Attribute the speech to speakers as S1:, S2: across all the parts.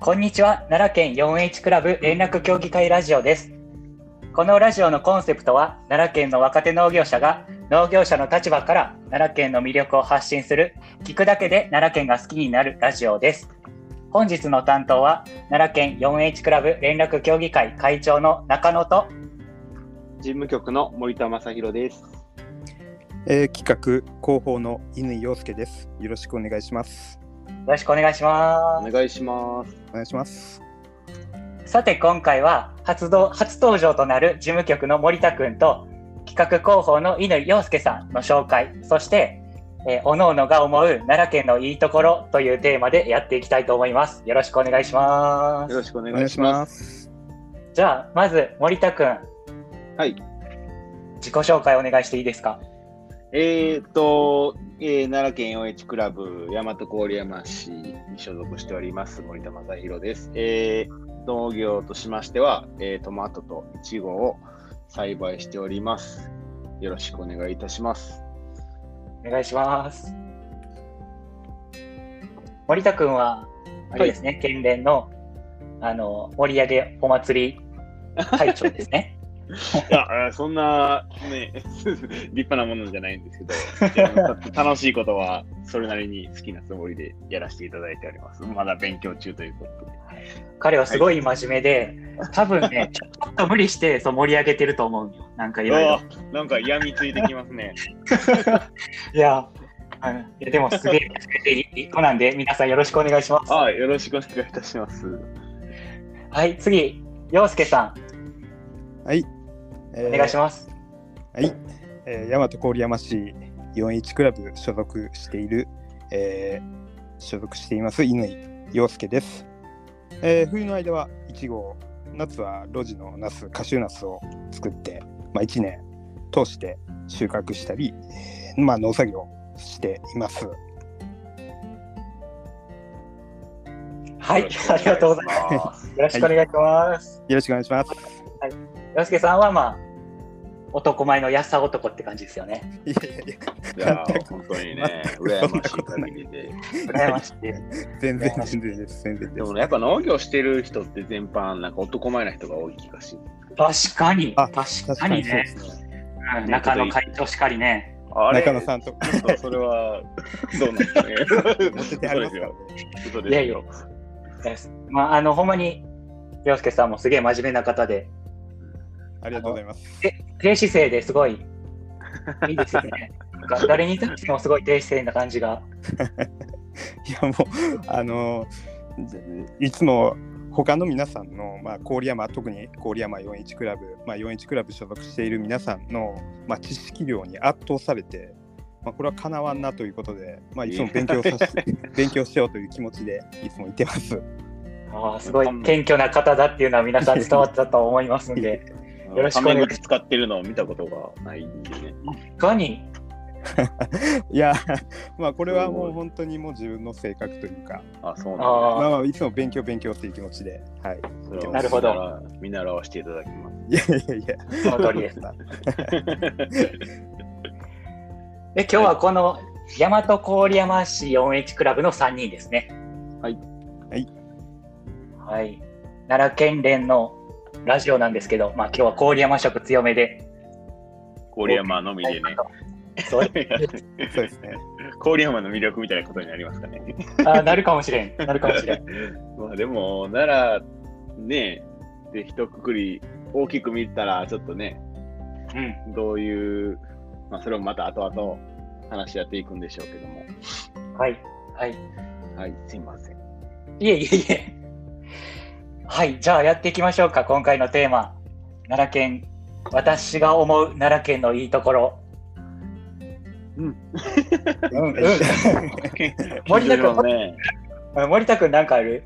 S1: こんにちは奈良県 4H クラブ連絡協議会ラジオですこのラジオのコンセプトは奈良県の若手農業者が農業者の立場から奈良県の魅力を発信する聞くだけで奈良県が好きになるラジオです本日の担当は奈良県 4H クラブ連絡協議会会長の中野と
S2: 事務局の森田正弘です。
S3: えー企画広報の乾陽介です。よろしくお願いします。
S1: よろしくお願いします
S2: お願いします。
S3: お願いします。
S1: さて今回は初ど初登場となる事務局の森田くんと企画広報の乾陽介さんの紹介そして、えー、おのおのが思う奈良県のいいところというテーマでやっていきたいと思いますよろしくお願いしま
S2: よ
S1: す
S2: ろしくお
S3: お
S2: 願
S3: 願
S2: い
S3: い
S2: し
S3: し
S2: ま。
S3: ますす。
S1: じゃあまず森田くん
S2: はい。
S1: 自己紹介お願いしていいですか
S2: えー、っと、えー奈良県 4H クラブ大和郡山市に所属しております森田正弘です。えー農業としましては、えートマトとイチゴを栽培しております。よろしくお願いいたします。
S1: お願いします森田くんはあれですね、県連のあの盛り上げお祭り会長ですね
S2: いや、そんな、ね、 立派なものじゃないんですけど、楽しいことはそれなりに好きなつもりでやらせていただいております。まだ勉強中ということで。
S1: 彼はすごい真面目で、多分 ね、ちょっと無理してそう盛り上げてると思うよ。なんかいろいろ。
S2: なんか闇ついてきます ね。
S1: いや、うんいやでもすげえ、すげえいい子なんで、皆さんよろしくお願いします。
S2: はい、よろしくお願いいたします。
S1: はい、次、洋介さ
S3: はい。
S1: ん、お願いし
S3: ま
S1: ます。
S3: す。はい。えー、大和郡山市41クラブ所属している、えー所属しています乾陽介です。えー冬の間はイチゴを、夏は路地のナス、カシューナスを作って、まあ一年通して収穫したり、えーまあ農作業しています。
S1: はい、ありがとうございます
S2: ます。
S1: よろしくお願いします。
S3: よろしくお願いします。
S1: 洋介さんは、まあ、男前のやさ男って感じですよね。
S3: いやいやいや
S2: いや ー、本当にね、羨ましい限りで。
S1: 羨ましい。
S3: 全然全然です全然
S2: で
S3: で
S2: も
S3: す。
S2: ねやっぱ農業してる人って全般、なんか男前な人が多い気がし
S1: 確かに、
S3: あ
S1: 確かに
S3: そうで
S1: ね。
S3: すね。
S1: うん中野会長しかりね。
S2: あれ
S3: 中野さんとか
S2: ちょっとそれは、どうなんです かね。
S3: 持っててはりますからね。
S2: 嘘ですよ。
S1: いやいやですまあ、あの、ほんまに、洋介さんもすげえ真面目な方で、
S3: ありがとうございます。
S1: 低姿勢ですご いいいですよね。なんか誰に対してもすごい低姿勢な感じが。
S3: いやもうあのいつも他の皆さんの、まあ、郡山特に郡山41クラブ、まあ、41クラブ所属している皆さんの、まあ、知識量に圧倒されて、まあ、これはかなわんなということで、まあ、いつも勉強させて 勉強しようという気持ちでいつもいてます。
S1: ああすごい謙虚な方だっていうのは皆さん伝わったと思いますん で、よろしくお願いします
S2: タメ口使ってるのを見たことがないんでね。
S1: いかに、
S3: いやまあこれはもう本当にもう自分の性格というか、
S2: あ、そう
S1: あ
S2: な
S3: まあ、まあいつも勉強勉強という気持ちで、はい、
S2: んだ。
S1: なるほど
S2: それは見習わせていただきます。
S3: いやいやいや
S1: その通り です。で、今日はこの大和郡山市 4H クラブの3人ですね。
S2: はい。
S3: はい。
S1: はい。奈良県連のラジオなんですけど、まあ今日は郡山色強めで。
S2: 郡山のみでね。
S1: そう
S3: そうですね。
S2: 郡山の魅力みたいなことになりますかね。
S1: あなるかもしれん。なるかもしれん。
S2: まあでも、奈良ね、で一括り大きく見たら、ちょっとね、
S1: うん。
S2: どういう、まあそれもまた後々話し合っていくんでしょうけども。
S1: はい。はい。
S2: はい、すい ません。
S1: いえいえいえ。はい、じゃあやっていきましょうか、今回のテーマ。奈良県、私が思う奈良県のいいところ。
S3: うん
S1: うん森田君
S2: もね、
S1: あ森田君、なんかある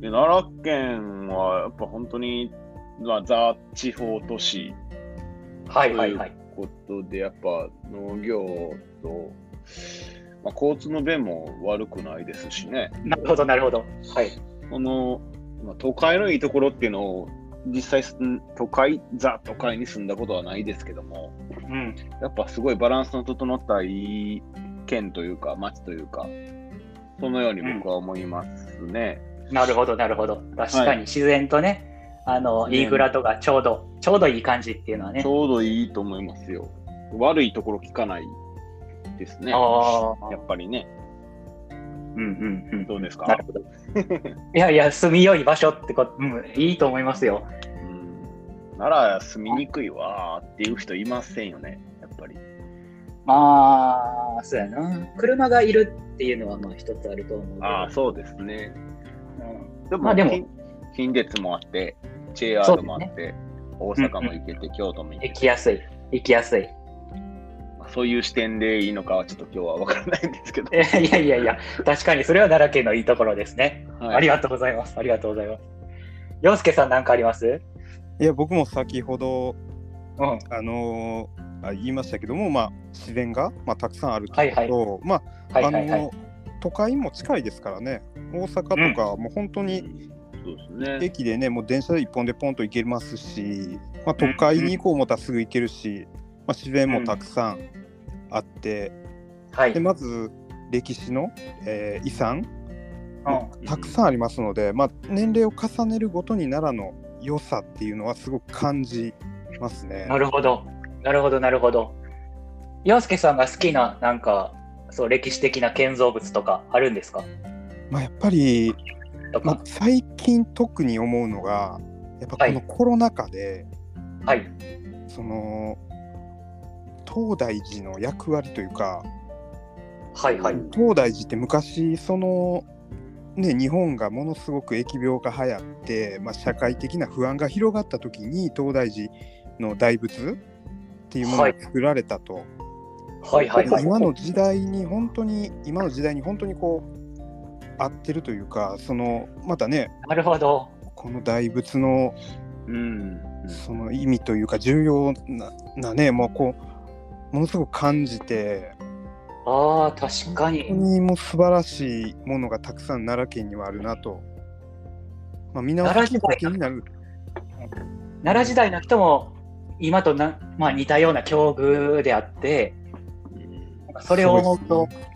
S2: で奈良県はやっぱ本当に、まあ、ザ地方都市
S1: はいはいはい。
S2: ということで、やっぱ農業と、まあ、交通の便も悪くないですしね。
S1: なるほど、なるほど。はい。
S2: この、まあ、都会のいいところっていうのを実際すん都会ザ都会に住んだことはないですけども
S1: うん。
S2: やっぱすごいバランスの整ったいい県というか町というかそのように僕は思いますね、
S1: なるほど、なるほど。確かに自然とね、あの、
S2: ね
S1: いいグラとがちょうど、ちょうどいい感じっていうのはね
S2: ち。ょうどいいと思いますよ。悪いところ聞かないですね。や
S1: ああ、
S2: っぱりね。
S1: うんうんうん。
S2: どうです
S1: な
S2: か
S1: るほど。 いやいや、住みよい場所ってこと、うん、いいと思いますよ。
S2: うんなら住みにくいわーっていう人いませんよね、やっぱり。
S1: まあ、そうやな。車がいるっていうのは、まあ、一つあると思うけど。
S2: ああ、そうですね。
S1: うん
S2: でも、
S1: まあでも
S2: 近近鉄もあって、
S1: そうで
S2: JR
S1: すね
S2: もあって、大阪も行けて、京都も行け
S1: 行
S2: て、
S1: きやすい。行きやすい。
S2: まあそういう視点でいいのかはちょっと今日は分からないんですけ ど
S1: い。やいやいやいや、確かにそれは奈良県のいいところですね。
S2: はい
S1: ありがとうございます。ありがとうございます。洋介さんなんかあります
S3: いや僕も先ほど
S1: うん。
S3: あのーあ言いましたけども、まあ、自然が、まあ、たくさんあると
S1: はいいうはい
S3: こと、ま
S1: は
S3: あ
S1: いはいは
S3: あ
S1: い
S3: の。都会も近いですからね大阪とかもう本当に
S2: そうですね。
S3: 駅でねもう電車で一本でポンと行けますし、まあ、都会に行こう思ったらすぐ行けるし、まあ、自然もたくさんあって、
S1: はい。
S3: でまず歴史の、えー遺産
S1: うん
S3: たくさんありますので、まあ、年齢を重ねるごとに奈良の良さっていうのはすごく感じますね。
S1: なるほど。なるほど、なるほど。洋介さんが好きな、なんか、そう、歴史的な建造物とかあるんですか
S3: まあ、やっぱり、
S1: と
S3: まあ
S1: か、。
S3: 最近特に思うのがやっぱこの
S1: は
S3: コロナ禍で、
S1: はい。
S3: その東大寺の役割というか
S1: はいはい。
S3: 東大寺って昔そのね日本がものすごく疫病が流行って、まあ、社会的な不安が広がった時に東大寺の大仏っていうもの
S1: は
S3: が
S1: い
S3: 作られたと、
S1: はいはいはい。
S3: 今の時代に本当に今の時代に本当にこう合ってるというかそのまたね
S1: なるほど。
S3: この大仏の
S2: うん。
S3: その意味というか重要ななねもうこうものすごく感じて
S1: ああ、確か
S3: 本
S1: に。
S3: 当にもう素晴らしいものがたくさん奈良県にはあるなと、まあ、見直
S1: 奈
S3: すき
S1: 良
S3: っ
S1: 時代
S3: かけになる
S1: 奈良時代の人も、今とな、まあ、似たような境遇であって、なんかそれを思う
S3: そ
S1: と、
S3: うですね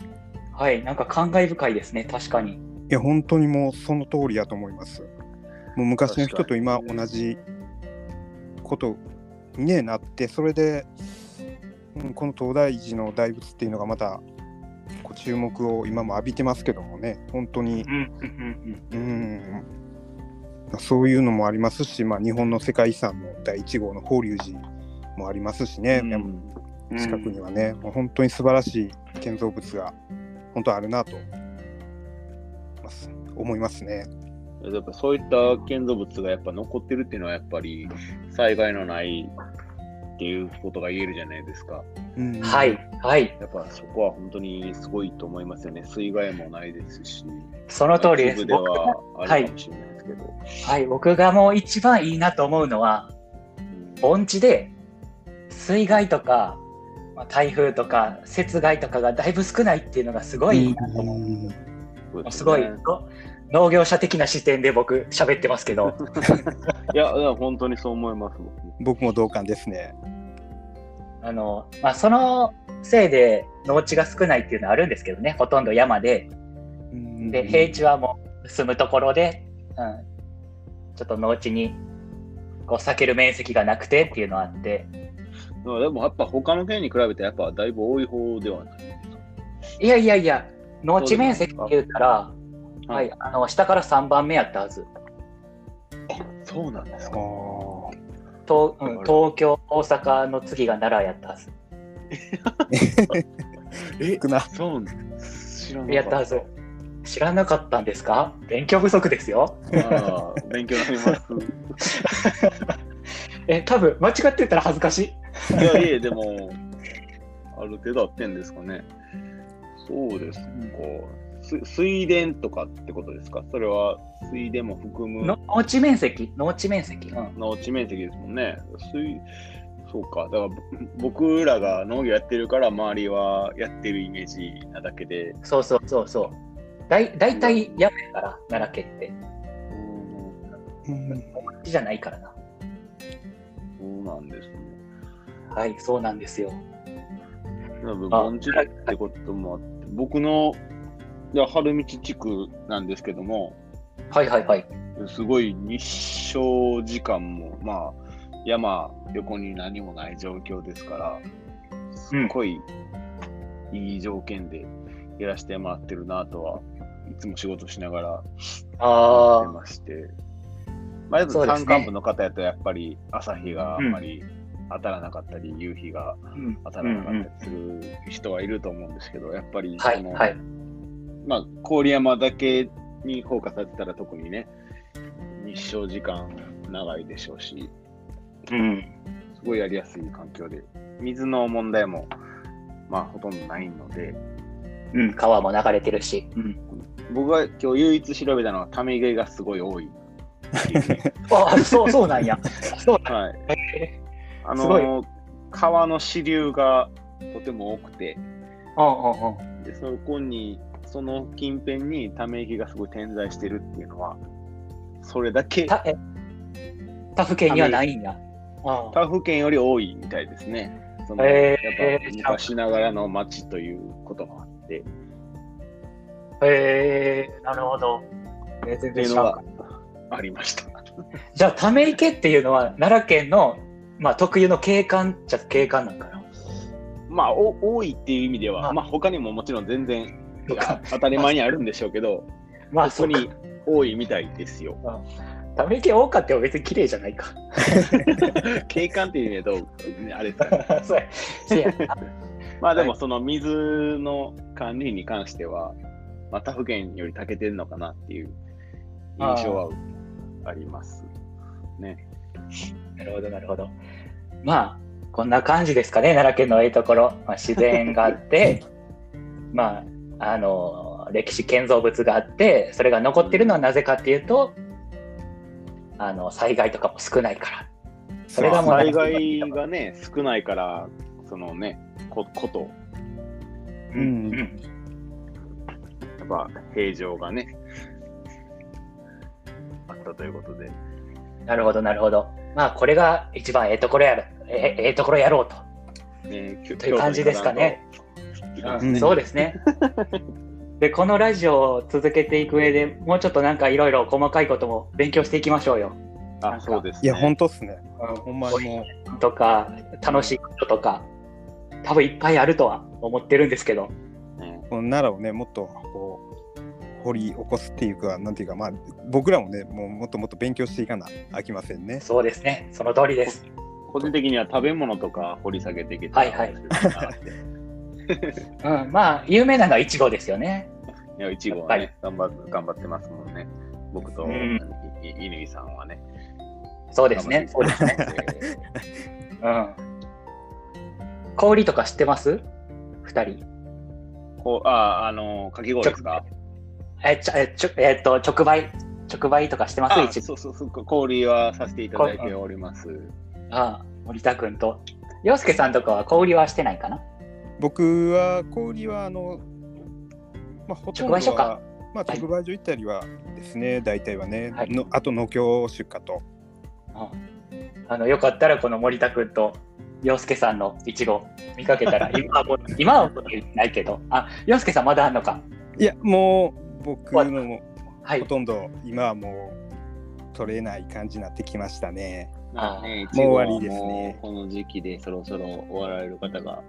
S1: はい、なんか感慨深いですね、確かに。
S3: いや本当にもうその通りやと思いますもう昔の人と今同じことに、ね、なってそれで、うん、この東大寺の大仏っていうのがまたこう注目を今も浴びてますけどもね本当に
S1: うんうんうん
S3: うん、そういうのもありますし、まあ、日本の世界遺産の第1号の法隆寺もありますしね、
S1: うん
S3: 近くにはね、もう本当に素晴らしい建造物が本当あるなとます思いますね。
S2: やっぱそういった建造物がやっぱ残ってるっていうのはやっぱり災害のないっていうことが言えるじゃないですか。
S3: うん
S1: はい、はい、
S2: やっぱそこは本当にすごいと思いますよね。水害もないですし。
S1: その通りで
S2: 一
S1: す。
S2: 部で
S1: 僕が
S2: はあるかもしれないですけど。
S1: はい、僕がもう一番いいなと思うのは、盆地で水害とか、まあ台風とか、雪害とかがだいぶ少ないっていうのがすごいいいなと思う。
S3: うん
S2: うん
S1: もうすごい、
S2: そうですね
S1: の農業者的な視点で僕、喋ってますけど、
S2: いや、いや本当にそう思います。僕も
S3: 僕も同感ですね。
S1: あのまあ、そのせいで農地が少ないっていうのはあるんですけどね、ほとんど山で。
S3: うん
S1: で平地はもう住むところで、うん、ちょっと農地にこう避ける面積がなくてっていうのはあって
S2: でもやっぱ他の県に比べてやっぱだいぶ多い方ではないです
S1: いやいやいや農地面積って言うたら、
S2: か。
S1: はい、あの下から3番目やったはず
S2: そうなんです
S3: あ
S2: か。
S3: ー
S1: 東,、うん、東京大阪の次が奈良やったはず
S2: え
S3: 少な
S2: そうなん知らな
S1: やったはず知らなかったんですか勉強不足ですよ
S2: ああ勉強になります。
S1: え多分間違ってたら恥ずかしい
S2: いやいや、でも、ある程度あってんですかね。そうですか。す水田とかってことですかそれは水田も含む
S1: の農地面積農地面積、うん、
S2: 農地面積ですもんね。水そうか、だからぼ僕らが農業やってるから、周りはやってるイメージなだけで、
S1: そうそうそうそうだい大体山やから奈良県って
S3: うん
S1: 農地じゃないからな
S2: そうなんですね。
S1: はい、そうなんですよ。
S2: 多分盆地ってこともあって、僕のいや春道地区なんですけども、
S1: はいはいはい。
S2: すごい日照時間も、まあ、山横に何もない状況ですから、すっごいいい条件でやらせてもらってるなとは、いつも仕事しながら思って
S1: あ
S2: まして、まあ、やっ
S1: そう
S2: ぱ
S1: ですね
S2: 山間部の方やとやっぱり朝日があんまり当たらなかったり、夕日が
S1: あ、うん
S2: 当たらなかったりする人はいると思うんですけど、やっぱり
S1: は
S2: そ
S1: い
S2: の、
S1: はい。
S2: まあ、郡山だけにフォーカスされてたら特にね、日照時間長いでしょうし、
S1: うん。
S2: すごいやりやすい環境で、水の問題も、まあ、ほとんどないので、
S1: うん、川も流れてるし。うん、
S2: 僕が今日唯一調べたのは、ため毛がすごい多いっ ていうね。
S1: ああ、 そうそうなんや。そうなん
S2: はい。
S1: や。
S2: あ
S1: すごい
S2: のー川の支流がとても多くて、
S1: うんうんうん。
S2: でそこに、その近辺にため池がすごい点在してるっていうのは、それだけ
S1: たえ他府県にはないんや。ああ
S2: 他府県より多いみたいですね。その
S1: へー
S2: やっぱ昔ながらの町ということもあって、
S1: へえ、なるほど。え全
S2: っ
S1: 然
S2: ていう
S1: 知
S2: の
S1: らんか
S2: がありました。
S1: じゃあ、ため池っていうのは奈良県の、まあ、特有の景観っちゃ景観なんかな。
S2: まあ、お多いっていう意味では、
S1: あ
S2: まあ、他にももちろん全然
S1: とか、
S2: 当たり前にあるんでしょうけど、
S1: まあ、そ
S2: そこ
S1: こ
S2: に
S1: に。
S2: 多いみたいです よ。
S1: ため池多かったよ、別に綺麗じゃないか。
S2: 景観っていう意味でどうあれですかね。
S1: そうや。そう や。
S2: まあでも、その水の管理に関しては、まあ、他府県より長けてるのかなっていう印象はあります。
S1: なるほど、なるほど。まあ、こんな感じですかね、奈良県のええところ。まあ、自然があ って、まあ、あの、歴史建造物があって、それが残ってるのはなぜかっていうと、あの、災害とかも少ないから。それがもう
S2: まあ災害がね、少ないから、そのね、ここと、
S3: うん
S1: うん
S2: やっぱ平常がね、あったということで。
S1: なるほど、なるほど。まあ、これが一番ええところやろ、ええええところやろうと。
S2: ね、きょ
S1: という感じですかね。
S2: 京都
S3: ん
S2: に行かないと
S1: そうですね。で、このラジオを続けていく上でもうちょっとなんかいろいろ細かいことも勉強していきましょうよ。
S2: あ、そうです、ね。
S3: いや、本当っすね。ほんま
S1: ポイ
S3: にもう
S1: ントとか、楽しいこととか、多分いっぱいあるとは思ってるんですけど。
S2: ね
S3: この奈良をねもっとこう掘り起こすっていうかなんていうかまあ僕らもねもうもっともっと勉強していかなあきませんね。
S1: そうですね。その通りです。
S2: 個人的には食べ物とか掘り下げていけたら
S1: はいはい
S2: 面白いなって。
S1: うん、まあ、有名なのはイチゴですよね。
S2: いや、いちごはね、頑張っ頑張ってますもんね。僕と
S1: うん
S2: 乾さんはね。
S1: そうですね。そう
S2: 頑
S1: で
S2: 張
S1: すね。
S2: ってますね。
S1: うん。氷とか知ってます二人。
S2: こうあ、あの、かき氷ですか
S1: え、ちょ、え、ちょ、えっと、直売、直売とかしてます
S2: あ
S1: いちご
S2: そうそうそう、氷はさせていただいております。
S1: ああ、森田君と。洋介さんとかは小売りはしてないかな
S3: 僕は氷はあのまあほとんど
S1: 直売所か
S3: はまあ直売所行ったりはですね、大体はね、
S1: はい
S3: のあと農協出荷と
S1: ああのよかったらこの森田君と洋介さんのいちご見かけた ら今はもう今はもうないけどあ洋介さんまだあんのか
S3: いやもう僕のも
S1: は
S3: ほ
S1: い
S3: とんど今はもう取れない感じになってきましたね。
S2: まあね、
S3: もう終わり
S2: いちごはもう
S3: ですね
S2: この時期でそろそろ終わられる方が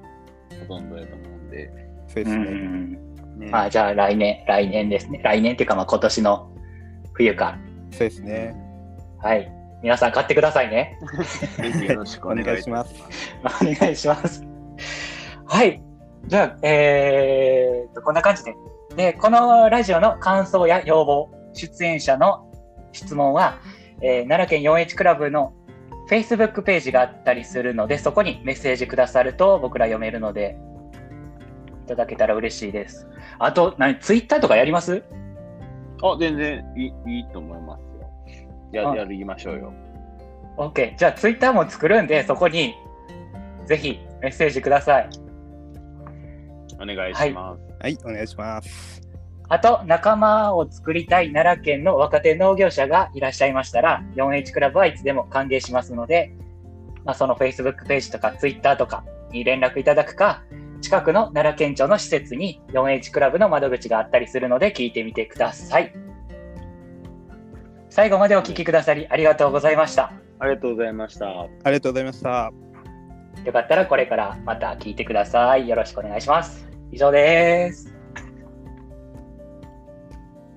S2: ほとんどやと思うんで。
S3: そうで
S1: う
S3: すね。
S1: ん
S2: ね
S1: まあじゃあ来年来年ですね来年っていうかまあ今年の冬か
S3: そうですね。
S1: はい皆さん買ってくださいね
S2: ぜひよろしくお願いいたします。
S1: お願いしますはいじゃあえーっとこんな感じででこのラジオの感想や要望出演者の質問は、えー奈良県 4H クラブの Facebook ページがあったりするのでそこにメッセージくださると僕ら読めるのでいただけたら嬉しいですあと何 Twitter とかやります
S2: あ、全然いいいいと思いますよ。や
S1: あ
S2: やりましょうよ。
S1: ?OK じゃあ Twitter も作るんでそこにぜひメッセージください
S2: お願いします。
S3: はい、お願いします。
S1: あと、仲間を作りたい奈良県の若手農業者がいらっしゃいましたら、4H クラブはいつでも歓迎しますので、まあ、その Facebook ページとか Twitter とかに連絡いただくか、近くの奈良県庁の施設に 4H クラブの窓口があったりするので聞いてみてください。最後までお聞きくださりありがとうございました。
S2: ありがとうございました。
S3: ありがとうございました。
S1: よかったらこれからまた聞いてください。よろしくお願いします。以上です。